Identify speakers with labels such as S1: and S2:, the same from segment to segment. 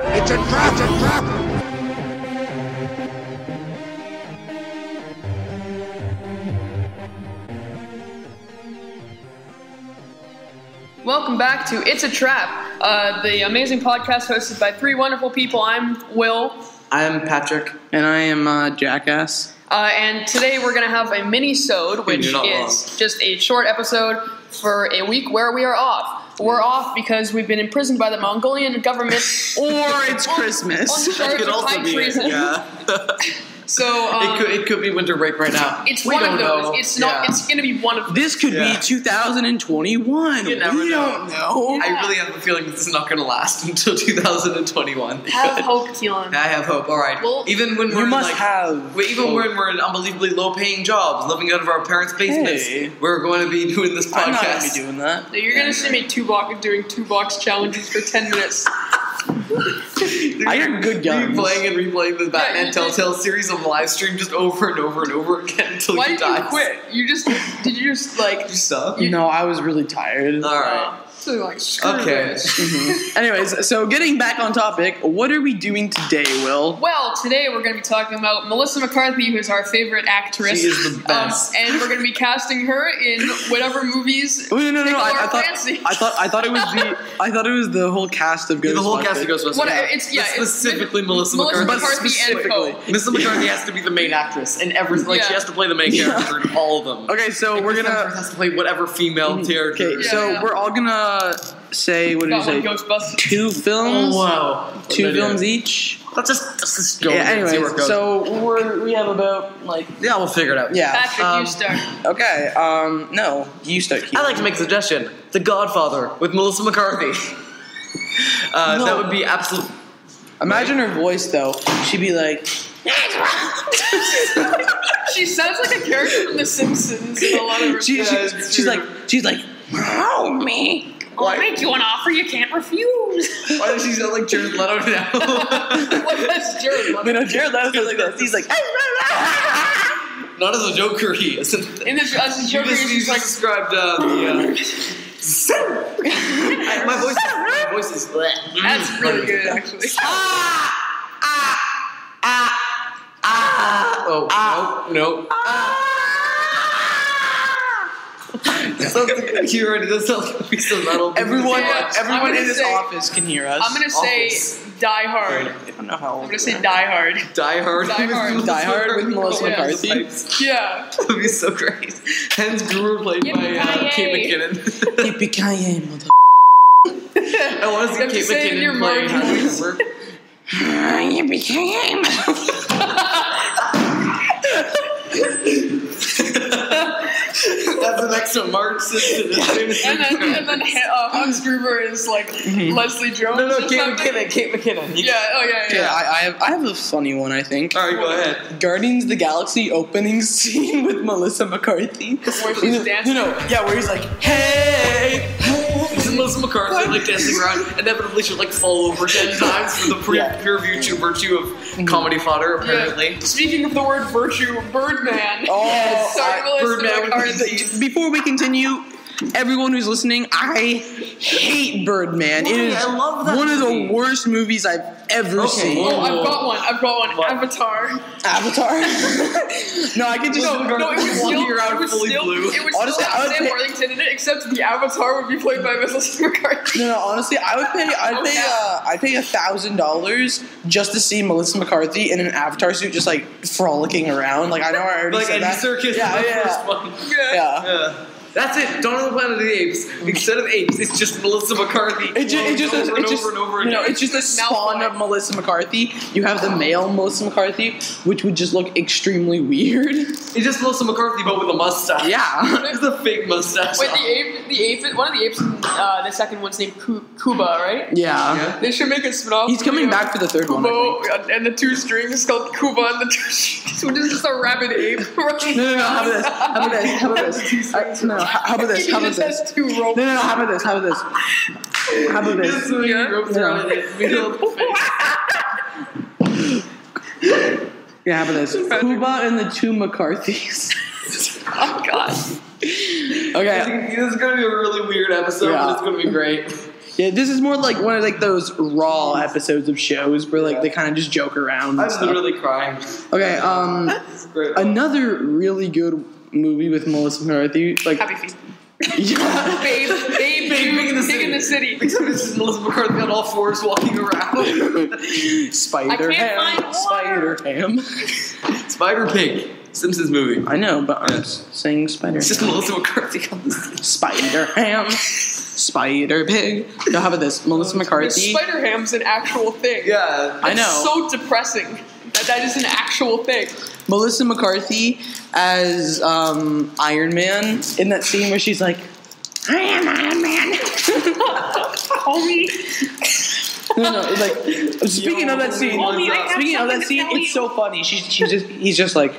S1: Captain, Captain, Captain.
S2: Welcome back to It's a Trap, uh, the amazing podcast hosted by three wonderful people. I'm Will,
S3: I'm Patrick.
S4: And I am uh, Jackass.
S2: uh, and today we're going to have a mini-sode, which is
S3: not
S2: just a short episode for a week where we are off. We're off because we've been imprisoned by the Mongolian government,
S4: Or it's
S2: on
S4: Christmas.
S2: charge of high treason.
S3: Yeah.
S2: So um,
S3: it could it could be winter break right now.
S2: it's
S3: we
S2: one
S3: don't
S2: of those.
S3: Know.
S2: It's not.
S3: Yeah.
S2: It's going to be one of.
S4: This could
S3: Yeah.
S4: be 2021.
S3: You never
S4: we
S3: know.
S4: don't know.
S3: I really have a feeling this is not going to last until 2021.
S2: Have hope, Keelan.
S3: I have hope. All right.
S2: Well,
S3: even when we're
S4: You
S3: in,
S4: must
S3: like,
S4: have.
S3: we- even when we're in unbelievably low-paying jobs, living out of our parents' basements,
S4: Hey.
S3: we're going to be doing this podcast.
S4: I'm not going to be doing that.
S2: You're going to see me two box doing two box challenges for ten minutes.
S4: I hear good guns.
S3: Replaying and replaying the Batman
S2: you did-
S3: Telltale series on live stream just over and over and over again until
S2: Why
S3: you
S2: did
S3: die.
S2: you quit? You just did you just like
S3: You suck.
S4: You know, I was really tired.
S3: All right.
S2: uh, so like screw
S3: Okay.
S2: this.
S4: Mhm. Anyways, so getting back on topic, what are we doing today, Will?
S2: Well, today we're going to be talking about Melissa McCarthy, who's our favorite actress.
S3: She is the best.
S2: Um, and we're going to be casting her in whatever movies.
S4: Oh, No, no, no, no. I, I
S2: Tickle our
S4: thought
S2: fancy.
S4: I thought I thought it was the I thought it was the whole cast of Ghostbusters.
S3: Yeah, the whole cast of Ghostbusters.
S2: What,
S3: yeah.
S2: it's- yeah,
S3: But
S2: it's-
S3: specifically Melissa
S2: Melissa
S3: McCarthy.
S4: But
S2: McCarthy and
S4: specifically.
S2: Co.
S3: Melissa McCarthy has to be the main actress in every like she
S2: Yeah.
S3: has to play the main character in all of them.
S4: Okay, so
S3: And
S4: we're
S3: Chris Hemsworth
S4: gonna. Mm-hmm.
S3: has to play whatever female character.
S4: Okay, so
S2: yeah.
S4: we're all gonna say what did
S2: Got
S4: you
S2: one
S4: say?
S2: Ghostbusters.
S4: Two films.
S3: Oh, wow,
S4: Two films each.
S3: Let's just let's just go.
S4: Yeah.
S3: with it and see where
S4: Anyways,
S3: it goes.
S4: so we're, we have about like
S3: yeah, we'll figure it out.
S4: yeah. Uh,
S2: Patrick,
S3: Um,
S2: you start.
S4: Okay. Um. No, you start.
S3: I like to make a suggestion: The Godfather with Melissa McCarthy. Uh,
S4: No.
S3: That would be absolute.
S4: Imagine her voice though. She'd be like,
S2: She sounds like a character from The Simpsons in a lot of
S4: she, she,
S2: respects.
S3: it's
S4: she's
S3: true.
S4: like, she's like, wow me.
S2: I'll make you an offer you can't refuse.
S3: Why does she sound like Jared Leto now?
S2: what does Jared
S4: You
S2: want?
S4: know, Jared Leto sounds like this. He's like,
S3: Not as a Joker, he isn't.
S2: In the as the
S3: You
S2: Joker,
S3: just, you
S2: she's
S3: just
S2: like,
S3: described uh, the. Uh, I- my voice, my voice is. Mm,
S2: that's really good, actually.
S3: Oh no, no. Something you already does sound like a piece of metal.
S4: everyone,
S2: Yeah. I'm
S4: everyone
S2: gonna
S4: in this
S2: say-
S4: office can hear us.
S2: I'm going to say
S3: Office.
S2: Die Hard. I'm
S4: I don't know how old.
S2: going to
S4: we
S2: say
S4: are.
S2: Die Hard.
S3: Die Hard.
S2: Die Hard.
S3: with
S4: Die Hard with Melissa
S2: Yeah.
S4: McCarthy.
S2: Yeah.
S3: That would be so great. Hans Gruber played by uh, Kate
S2: Yippee-ki-yay.
S3: McKinnon.
S4: Yippee-ki-yay,
S3: I
S4: mother-
S3: want to
S2: You have to
S3: see Kate
S2: say it in your
S3: McKinnon playing
S2: mind.
S3: Hans Gruber.
S4: Yippee-ki-yay, mother-
S3: That's an extra Mark system.
S2: And then, and then uh, Hans Gruber is like Leslie Jones.
S3: No,
S2: or
S3: no, Kate
S2: something.
S3: McKinnon. Kate McKinnon. You-
S2: Yeah, oh, yeah, yeah.
S4: Yeah, I, I have I have a funny one. I think.
S3: All right, go ahead.
S4: Guardians of the Galaxy opening scene with Melissa McCarthy.
S2: Where she's
S4: You know-
S2: dancing.
S4: You know, yeah, where he's like, hey,
S3: It's Melissa McCarthy like dancing around. Inevitably, she'll like fall over ten times for the pre-
S4: Yeah. Mm-hmm.
S3: pure virtue virtue of comedy fodder.
S2: Yeah.
S3: Apparently,
S2: Speaking of the word virtue, Birdman.
S4: Oh,
S2: yes, sorry,
S4: I-
S2: Melissa
S3: Birdman would be
S2: McCarthy.
S4: Before we continue, everyone who's listening, I hate Birdman. It
S3: Why?
S4: is
S3: I love that
S4: one of
S3: movie.
S4: the worst movies I've ever
S3: Okay,
S4: seen.
S3: well-
S2: Oh, I've got one. I've got one.
S3: What?
S2: Avatar.
S4: Avatar. no, I could just.
S2: No, no, it was
S3: One
S2: still,
S3: year out,
S2: it was
S3: fully
S2: still,
S3: blue.
S2: It was
S4: Honestly,
S2: still
S4: I
S2: have
S4: would
S2: Sam
S4: pick-
S2: Worthington in it, except the Avatar would be played by Melissa McCarthy.
S4: No, no, honestly, I would pay. I'd pay. Uh, I'd pay a thousand dollars just to see Melissa McCarthy in an Avatar suit, just like frolicking around. Like I know I already
S3: like
S4: said
S3: Andy
S4: that.
S3: Circus.
S4: Yeah, oh,
S3: the
S4: yeah,
S3: First one.
S4: yeah.
S3: Yeah. That's it. Dawn of the Planet of the Apes. Instead of apes, it's just Melissa McCarthy.
S4: It, ju- it just
S3: over
S4: is,
S3: and
S4: it just
S3: over and over
S4: you
S3: again.
S4: know it's just a spawn of Melissa McCarthy. You have the male Melissa McCarthy, which would just look extremely weird.
S3: It's just Melissa McCarthy, but with a mustache.
S4: Yeah.
S3: it's a fake mustache.
S2: Wait, the ape, the ape, one of the apes, uh, the second one's named Ku- Kuba, right?
S4: Yeah.
S3: Yeah.
S2: They should make a spin-off.
S4: He's coming
S2: video.
S4: back for the third one. I think.
S2: Kubo and the two strings is called Kuba and the two strings, which is just a rabbit ape. running
S4: No, no, no. How about this? How about this? How about this?
S2: He just has
S4: Uh, no, no, how about this? How about this?
S2: two rope-
S4: No, no, no. How about this? How about this? How about
S3: Just
S4: this?
S3: so he
S2: Yeah.
S3: ropes around in the middle of the face.
S4: Yeah, how about this? Cuba and the two McCarthys.
S2: Oh god.
S4: Okay.
S3: This is gonna be a really weird episode,
S4: Yeah.
S3: but it's gonna be great.
S4: Yeah, this is more like one of like those raw episodes of shows where like they kind of just joke around. And
S3: I'm
S4: stuff.
S3: literally crying.
S4: Okay, um,
S3: It's great.
S4: another really good movie with Melissa McCarthy. Like,
S2: Happy feet.
S4: yeah,
S2: Babe, babe,
S3: Babe, Big in the
S2: Big in the city.
S3: Except it's just Melissa McCarthy on all fours walking around.
S4: Spider
S2: I can't find
S4: Ham,
S2: water.
S4: Spider Ham.
S3: Spider Pig, Simpsons movie.
S4: I know, but I'm
S3: Yes.
S4: saying Spider
S3: It's just
S4: Ham.
S3: Melissa McCarthy on the
S4: Spider Ham, Spider Pig. No, how about this? Melissa McCarthy.
S2: Spider ham's an actual thing.
S3: Yeah.
S4: I
S2: It's
S4: know.
S2: so depressing that that is an actual thing.
S4: Melissa McCarthy as um, Iron Man in that scene where she's like, I am Iron Man.
S2: Homie,
S4: no, no, it's like speaking
S3: Yo,
S4: of that scene,
S3: homie, I
S2: have
S4: speaking of
S2: something
S4: that
S2: to
S4: scene,
S2: tell
S4: it's
S2: you.
S4: so funny. She's she's just he's just like,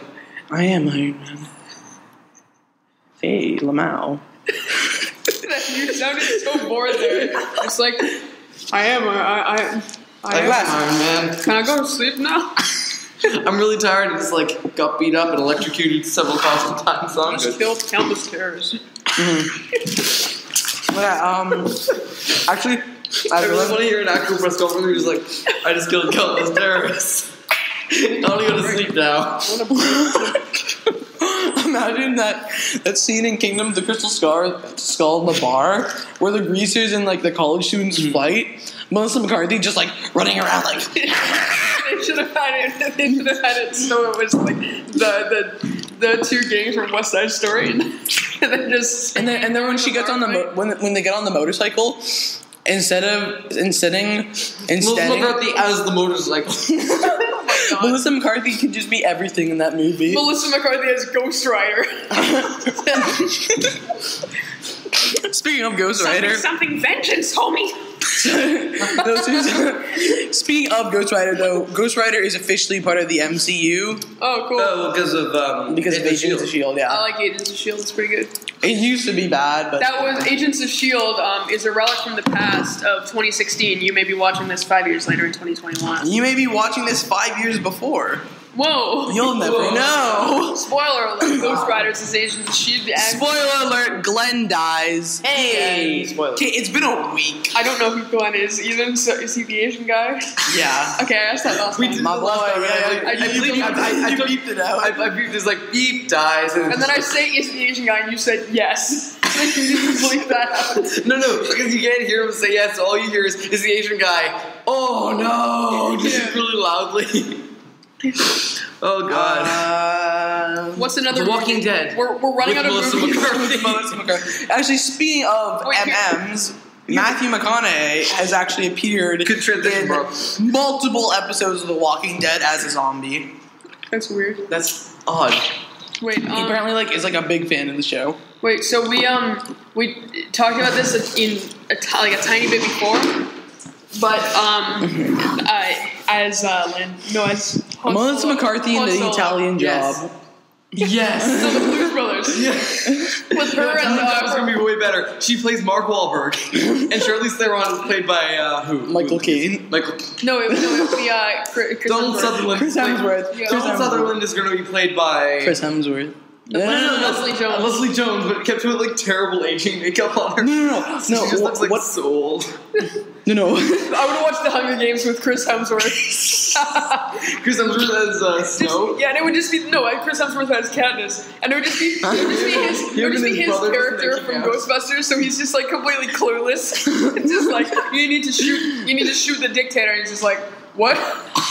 S4: I am Iron Man. Hey, Lamau.
S2: you sounded so bored there. It's like, I am. I. I, I,
S3: Iron
S2: I
S3: Man.
S2: can I go to sleep now?
S3: I'm really tired. I just like got beat up and electrocuted several thousand times. So I'm
S2: Let's
S3: good.
S2: kill countless terrorists.
S4: But I, um, actually, I
S3: I really
S4: realized
S3: want to hear an actual press conference who's like, I just killed countless terrorists. I want to go to sleep now.
S4: Imagine that that scene in Kingdom of the Crystal Scar, Skull in the bar, where the greasers and like the college students fight. Melissa McCarthy just like running around like
S2: they should have had it. They should have had it so it was like the the, the two gangs from West Side Story, and then just
S4: And then, and then when she gets on the mo- when when they get on the motorcycle, instead of insteading
S3: Melissa
S4: instead
S3: McCarthy as the motorcycle.
S4: Melissa McCarthy can just be everything in that movie.
S2: Melissa McCarthy as Ghost Rider.
S4: Speaking of Ghost Rider,
S2: something vengeance, homie.
S4: those who's- speaking of Ghost Rider though, Ghost Rider is officially part of the MCU
S2: Oh, cool.
S3: Oh, because of um,
S4: because of
S3: Agent
S4: Agents of Shield.
S2: I
S4: E Yeah,
S2: like Agents of Shield. It's pretty good.
S4: it used to be bad, but
S2: Oh, That was Agents of Shield. Um, is a relic from the past of 2016. You may be watching this five years later in 2021.
S4: you may be watching this five years before.
S2: Whoa!
S4: You'll never
S3: Whoa.
S4: know.
S2: Spoiler alert: Ghost Riders is Agents of Shield.
S4: Spoiler alert: Glenn dies.
S2: Hey.
S4: And- Okay, it's been a week.
S2: I don't know who Glenn is either. So is he the Asian guy?
S4: Yeah.
S2: Okay, I asked that last
S3: We
S2: time.
S3: did
S4: My
S3: the last
S4: boy,
S3: time, and
S2: yeah,
S3: I,
S2: yeah.
S3: I,
S2: You
S3: bleeped-
S2: beeped-
S3: I, I,
S4: you
S3: took-
S4: beeped it out.
S3: I, I beeped. It's like beep dies, and,
S2: And then I say, "Is the Asian guy?" And you said, "Yes." Like you didn't believe that happened.
S3: no, no, because you can't hear him say yes. All you hear is, is the Asian guy. Oh no! Just
S2: Yeah.
S3: really loudly. oh god.
S2: What's another?
S3: Um, The Walking
S2: movie?
S3: Dead.
S2: We're, we're running out
S3: With
S2: of
S3: Melissa
S2: movies.
S3: McCarthy.
S4: actually, speaking of
S2: Wait, here-
S4: MMs, Matthew McConaughey has actually appeared
S3: Good transition,
S4: in
S3: bro.
S4: multiple episodes of The Walking Dead as a zombie.
S2: That's weird.
S3: That's odd.
S2: Wait,
S4: He
S2: um,
S4: apparently like is like a big fan of the show.
S2: wait. So we um we talked about this in a t- like a tiny bit before, but um uh, as uh, Lynn, no as Han
S4: Mm-hmm. Melissa
S2: Solo-
S4: McCarthy in
S2: Han
S4: the
S2: Solo.
S4: Italian
S3: Yes.
S4: job.
S3: Yes.
S2: So the Blues Brothers with her
S3: Her
S2: and
S3: that was
S2: uh,
S3: gonna be way better. She plays Mark Wahlberg, and Charlize Theron is played by uh, who?
S4: Michael
S3: Who?
S4: Caine,
S3: Michael.
S2: no, it, no, it was the uh, Chris, Chris
S3: Donald
S2: Hemsworth.
S3: Sutherland.
S4: Chris
S3: is played-
S4: Hemsworth,
S2: Yeah.
S4: Chris
S3: Donald
S4: Hemsworth,
S3: Sutherland is going to be played by
S4: Chris Hemsworth. No,
S3: No, no, no,
S4: no,
S2: Leslie Jones.
S3: Leslie Jones, but it kept doing like terrible aging makeup on her.
S4: no, no, no,
S3: So
S4: no,
S3: she just
S4: no.
S3: looks like
S4: what?
S3: so old.
S4: No, no.
S2: I would have watched the Hunger Games with Chris Hemsworth.
S3: Chris Hemsworth as uh, Snow.
S2: Yeah, and it would just be no, like Chris Hemsworth as Katniss, and it would just be, it would just be his, it would just be
S3: Him and his
S2: his
S3: brother
S2: character
S3: making
S2: from
S3: out.
S2: Ghostbusters. So he's just like completely clueless. it's just like you need to shoot, you need to shoot the dictator, and he's just like, what?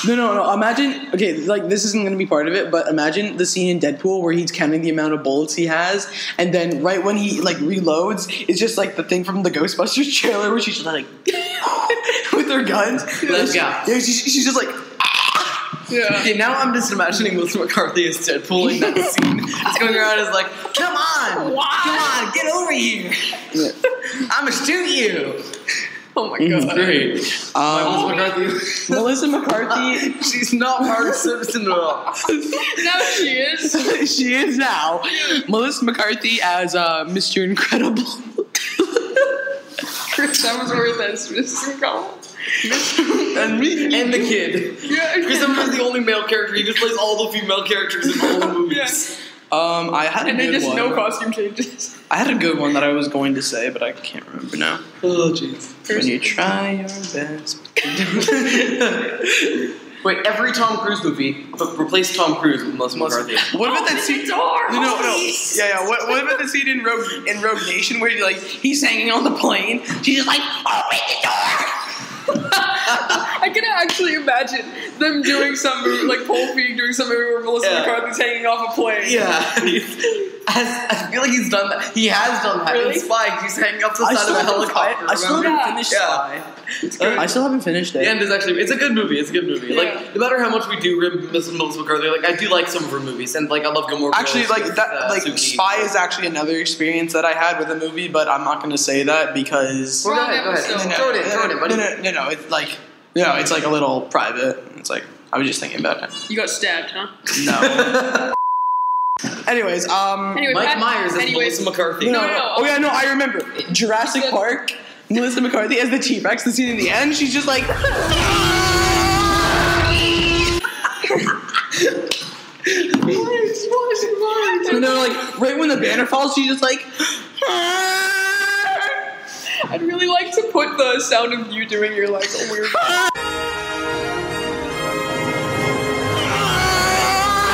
S4: No, no, no. Imagine, okay, like this isn't going to be part of it, but imagine the scene in Deadpool where he's counting the amount of bullets he has, and then right when he like reloads, it's just like the thing from the Ghostbusters trailer where she's just like with her guns.
S3: Let's go.
S4: Yeah, she, she's just like,
S2: Yeah.
S3: Okay, now I'm just imagining Melissa McCarthy as Deadpool in that scene. It's going around as like, come on,
S2: Why?
S3: come on, get over here. I'ma shoot you.
S2: Oh my
S4: Mhm.
S2: god.
S3: Great.
S4: um,
S3: Melissa
S4: Melissa McCarthy.
S3: McCarthy. She's not Mark Simpson at all.
S2: Now she is.
S4: she is now Melissa McCarthy as uh, Mr. Incredible.
S2: Chris Hemsworth as Mr. Cole.
S4: and me.
S3: And the kid.
S2: Yeah.
S3: Chris Hemsworth is the only male character. He just plays all the female characters in all the movies.
S2: Yes.
S4: Um, I had a
S2: And then
S4: good
S2: just
S4: one.
S2: no costume changes.
S4: I had a good one that I was going to say, but I can't remember now.
S3: Oh jeez.
S4: When you try your best.
S3: Wait, every Tom Cruise movie, but replace Tom Cruise with Melissa McCarthy.
S4: What about that
S2: Open
S4: scene?
S2: the
S3: Oh,
S2: door,
S4: No, no, no.
S2: please.
S4: Yeah, yeah. What, what about the scene in Rogue in Rogue Nation where like he's hanging on the plane? She's just like, open the door.
S2: I can actually imagine them doing some movie, like Paul Feig doing some movie where Melissa
S3: Yeah.
S2: McCarthy's hanging off a plane.
S3: Yeah. As, I feel like he's done that. He has done that
S2: Really?
S3: in Spy. 'cause He's hanging up the
S4: I
S3: side
S4: still
S3: of a
S4: haven't-
S3: helicopter.
S4: I- I still
S3: remember?
S2: haven't
S4: finished
S3: yeah. Uh,
S4: I still haven't finished it.
S3: the end is actually it's a good movie. It's a good movie.
S2: Yeah.
S3: Like no matter how much we do rib Miss Melissa McCarthy, like I do like some of her movies, and like I love Gilmore.
S4: Actually,
S3: Girls
S4: like
S3: with,
S4: that,
S3: uh,
S4: like
S3: Suki.
S4: Spy is actually another experience that I had with a movie, but I'm not going to say that because
S3: Well, go
S2: Wrong
S3: ahead, go ahead.
S2: episode.
S4: no,
S3: Throw it in,
S4: no,
S3: throw it
S4: no,
S3: in, buddy.
S4: No, no, no, no, it's like no, it's like a little private. It's like I was just thinking about it.
S2: You got stabbed, huh?
S4: No. Anyways, um,
S2: Anyway,
S3: Mike
S2: back-
S3: Myers is
S2: anyway,
S3: Melissa McCarthy.
S2: No, no, no.
S4: Oh yeah, no, I remember Jurassic
S2: Good.
S4: Park. Melissa McCarthy as the T Rex. The scene in the end, she's just like. And they're like, right when the banner falls, she's just like.
S2: I'd really like to put the sound of you doing your like a weird.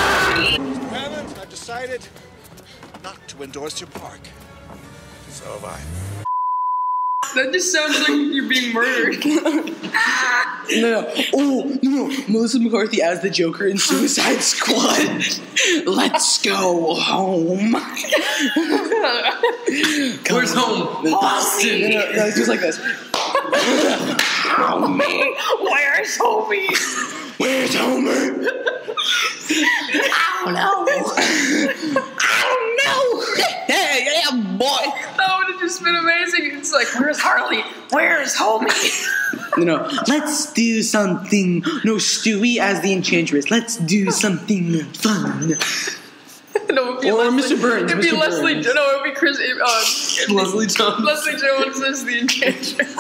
S1: Hammond, I've decided not to endorse your park. So have I.
S2: That just sounds like you're being murdered.
S4: No, no. Oh, no, no. Melissa McCarthy as the Joker in Suicide Squad. Let's go home.
S3: Where's home? Austin.
S4: No, no, no, it's just like this. Homie,
S2: Where's Homie?
S4: where's Homer? I don't know. I don't know. Hey, yeah, boy.
S2: That would have just been amazing. It's like, where's Harley? Where's Homie?
S4: No, no. Let's do something. No, Stewie as the Enchantress. Let's do something fun.
S2: no, it'd be
S4: Or
S2: Leslie-
S4: Mr. Burns,
S2: It'd be
S4: Mr.
S2: Leslie.
S4: Burns.
S2: No, it'd be Chris. It, um,
S3: Leslie Jones.
S2: Leslie Jones is the enchantress.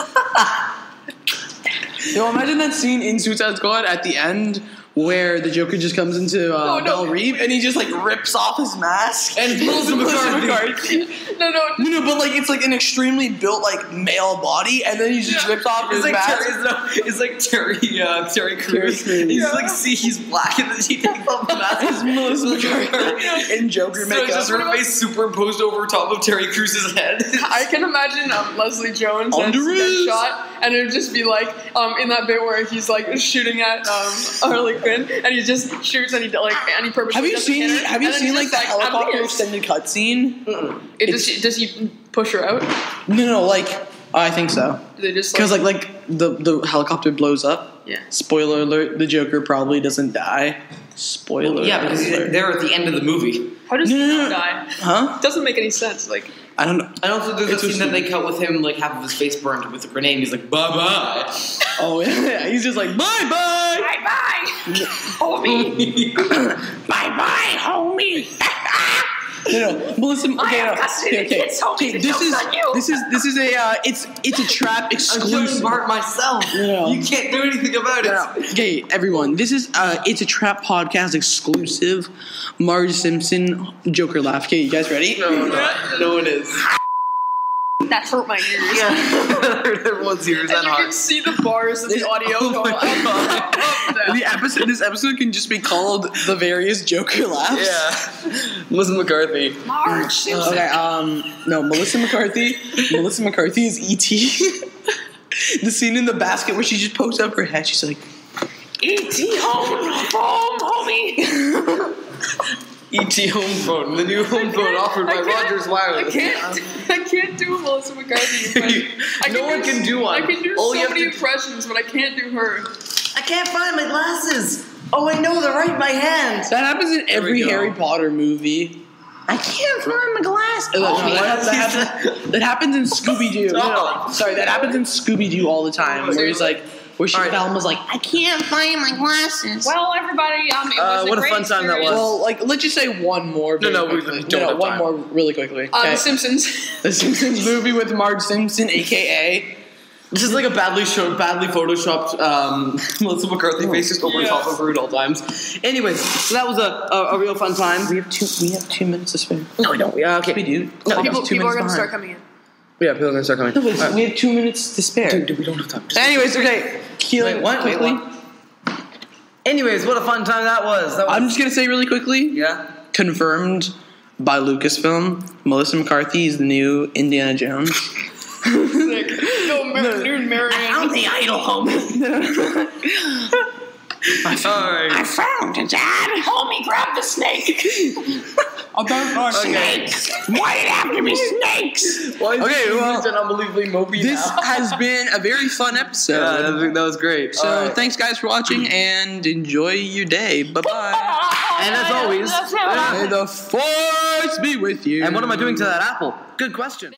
S4: Yo, imagine that scene in Suicide Squad at the end where the Joker just comes into uh,
S2: Oh, no.
S4: Belle Reeve and he just like rips off his mask
S3: And Melissa McCarthy.
S2: No, no,
S4: No, no, but like it's like an extremely built like male body, and then he just
S2: Yeah.
S4: rips off his
S3: It's like,
S4: mask.
S3: Terry, it's, no, it's like Terry, uh, Terry Crews.
S4: Crews.
S3: He's
S2: Yeah.
S3: like, see, he's black, and then he takes off the mask.
S4: It's Melissa McCarthy in Joker
S3: So
S4: makeup.
S3: it's just her
S2: What about-
S3: face superimposed over top of Terry Crews' head.
S2: I can imagine um, Leslie Jones
S4: On
S2: as
S4: the
S2: that
S4: roof.
S2: shot, and it'd just be like um, in that bit where he's like shooting at um, Harley Quinn, and he just shoots and he like and he purposely.
S4: have you
S2: doesn't
S4: seen?
S2: hit her,
S4: Have you
S2: and then he's
S4: seen like
S2: just
S4: the
S2: I'm
S4: helicopter
S2: here. Mm.
S4: extended cutscene?
S2: It, does, she, does he push her out? Do
S4: No, no, like oh, I think so.
S2: they just
S4: Because like like the the helicopter blows up.
S2: yeah.
S4: Spoiler alert: the Joker probably doesn't die. Spoiler.
S3: yeah, because he's
S4: alert.
S3: there at the end of the movie.
S2: How does
S4: No, no,
S2: he
S4: no.
S2: not die?
S4: Huh?
S2: Doesn't make any sense. Like
S4: I don't know.
S3: And also, there's
S4: It's
S3: a
S4: so
S3: scene that they cut with him, like half of his face burned with a grenade. He's like, bye bye.
S4: Oh yeah, he's just like bye bye.
S2: bye bye, homie.
S4: Bye bye, homie. no, no, Melissa. Okay,
S2: have
S4: no.
S2: custody
S4: okay,
S2: of the kids, homie. The
S4: this
S2: joke's
S4: is
S2: on you.
S4: this is this is a uh, it's it's a trap
S3: I'm killing
S4: exclusive.
S3: Bart myself.
S4: Yeah.
S3: You can't do anything about it.
S4: No, no. Okay, everyone, this is uh, it's a trap podcast exclusive. Marge Simpson Joker laugh. Okay, you guys ready?
S3: No, no, no one is.
S2: That hurt my ears.
S3: Everyone's
S2: And
S3: ears that
S2: you can
S3: hard.
S2: see the bars of the audio
S4: Oh
S2: go
S4: my
S2: up, up, up, down.
S4: The episode. This episode can just be called the various Joker laughs.
S3: Yeah. Listen, McCarthy.
S2: Marge Simpson.
S4: Okay. Um. No, Melissa McCarthy. Melissa McCarthy is ET. the scene in the basket where she just pokes up her head. She's like,
S2: E.T. home, home, homie.
S3: ET E home phone, the new home phone offered
S2: I
S3: by
S2: can't-
S3: Rogers Wireless.
S2: I can't, I can't do Melissa McCarthy. But I
S3: No one can do one.
S2: I can do
S3: All you
S2: so
S3: have
S2: many
S3: to-
S2: impressions, but I can't do her.
S3: I can't find my glasses. Oh, I know they're right in my hand.
S4: that happens in
S3: There we
S4: every
S3: go.
S4: Harry Potter movie. I can't find my glass. Oh,
S3: Oh,
S4: no, that,
S3: what?
S4: that happens, that happens in Scooby Doo.
S3: Stop.
S4: sorry, that happens in Scooby Doo all the time. Where he's like, where she
S3: All right.
S4: Thelma's like, I can't find my glasses.
S2: Well, everybody, um, it
S3: Uh,
S2: was
S3: what a
S2: great
S3: fun time that was.
S2: experience.
S4: Well, like let's just say one
S3: No,
S4: more. very
S3: no, we
S4: quickly.
S3: don't have
S4: one
S3: time.
S4: more really quickly.
S2: Uh,
S4: Okay.
S2: The Simpsons.
S4: the Simpsons movie with Marge Simpson, aka
S3: Just like a badly show, badly photoshopped um, Melissa McCarthy face just over
S2: Oh, Yes.
S3: top of her at all times. Anyways, so that was a, a, a real fun time.
S4: We have two. We have two minutes to spare.
S3: No, we don't. Yeah, okay.
S4: We do. Oh,
S3: No,
S2: People,
S4: Two
S2: people are going to
S4: minutes
S2: start
S4: behind.
S2: coming in.
S3: Yeah, people are gonna start coming. All right.
S4: We have two minutes to spare.
S3: Dude, we don't have time.
S4: Anyways, okay. Keelan,
S3: Wait, what? Wait,
S4: quickly.
S3: what? Anyways, what a fun time that was. That was
S4: I'm just gonna say really quickly.
S3: yeah.
S4: Confirmed by Lucasfilm. Melissa McCarthy is the new Indiana Jones.
S2: Sick. Go, Mar- noon Marianne.
S4: the idle home.
S3: All right.
S4: found it, Dad. Homie, grab the snake. About
S3: Oh,
S4: our
S3: Okay.
S4: Wait after me, snakes.
S3: Why is
S4: Okay,
S3: this
S4: well,
S3: an unbelievably mopey
S4: This
S3: now?
S4: has been a very fun episode.
S3: Yeah, that was, that was great.
S4: so
S3: All right.
S4: thanks, guys, for watching, and enjoy your day. Bye bye.
S3: And as always,
S4: May the force be with you.
S3: and what am I doing to that apple? Good question.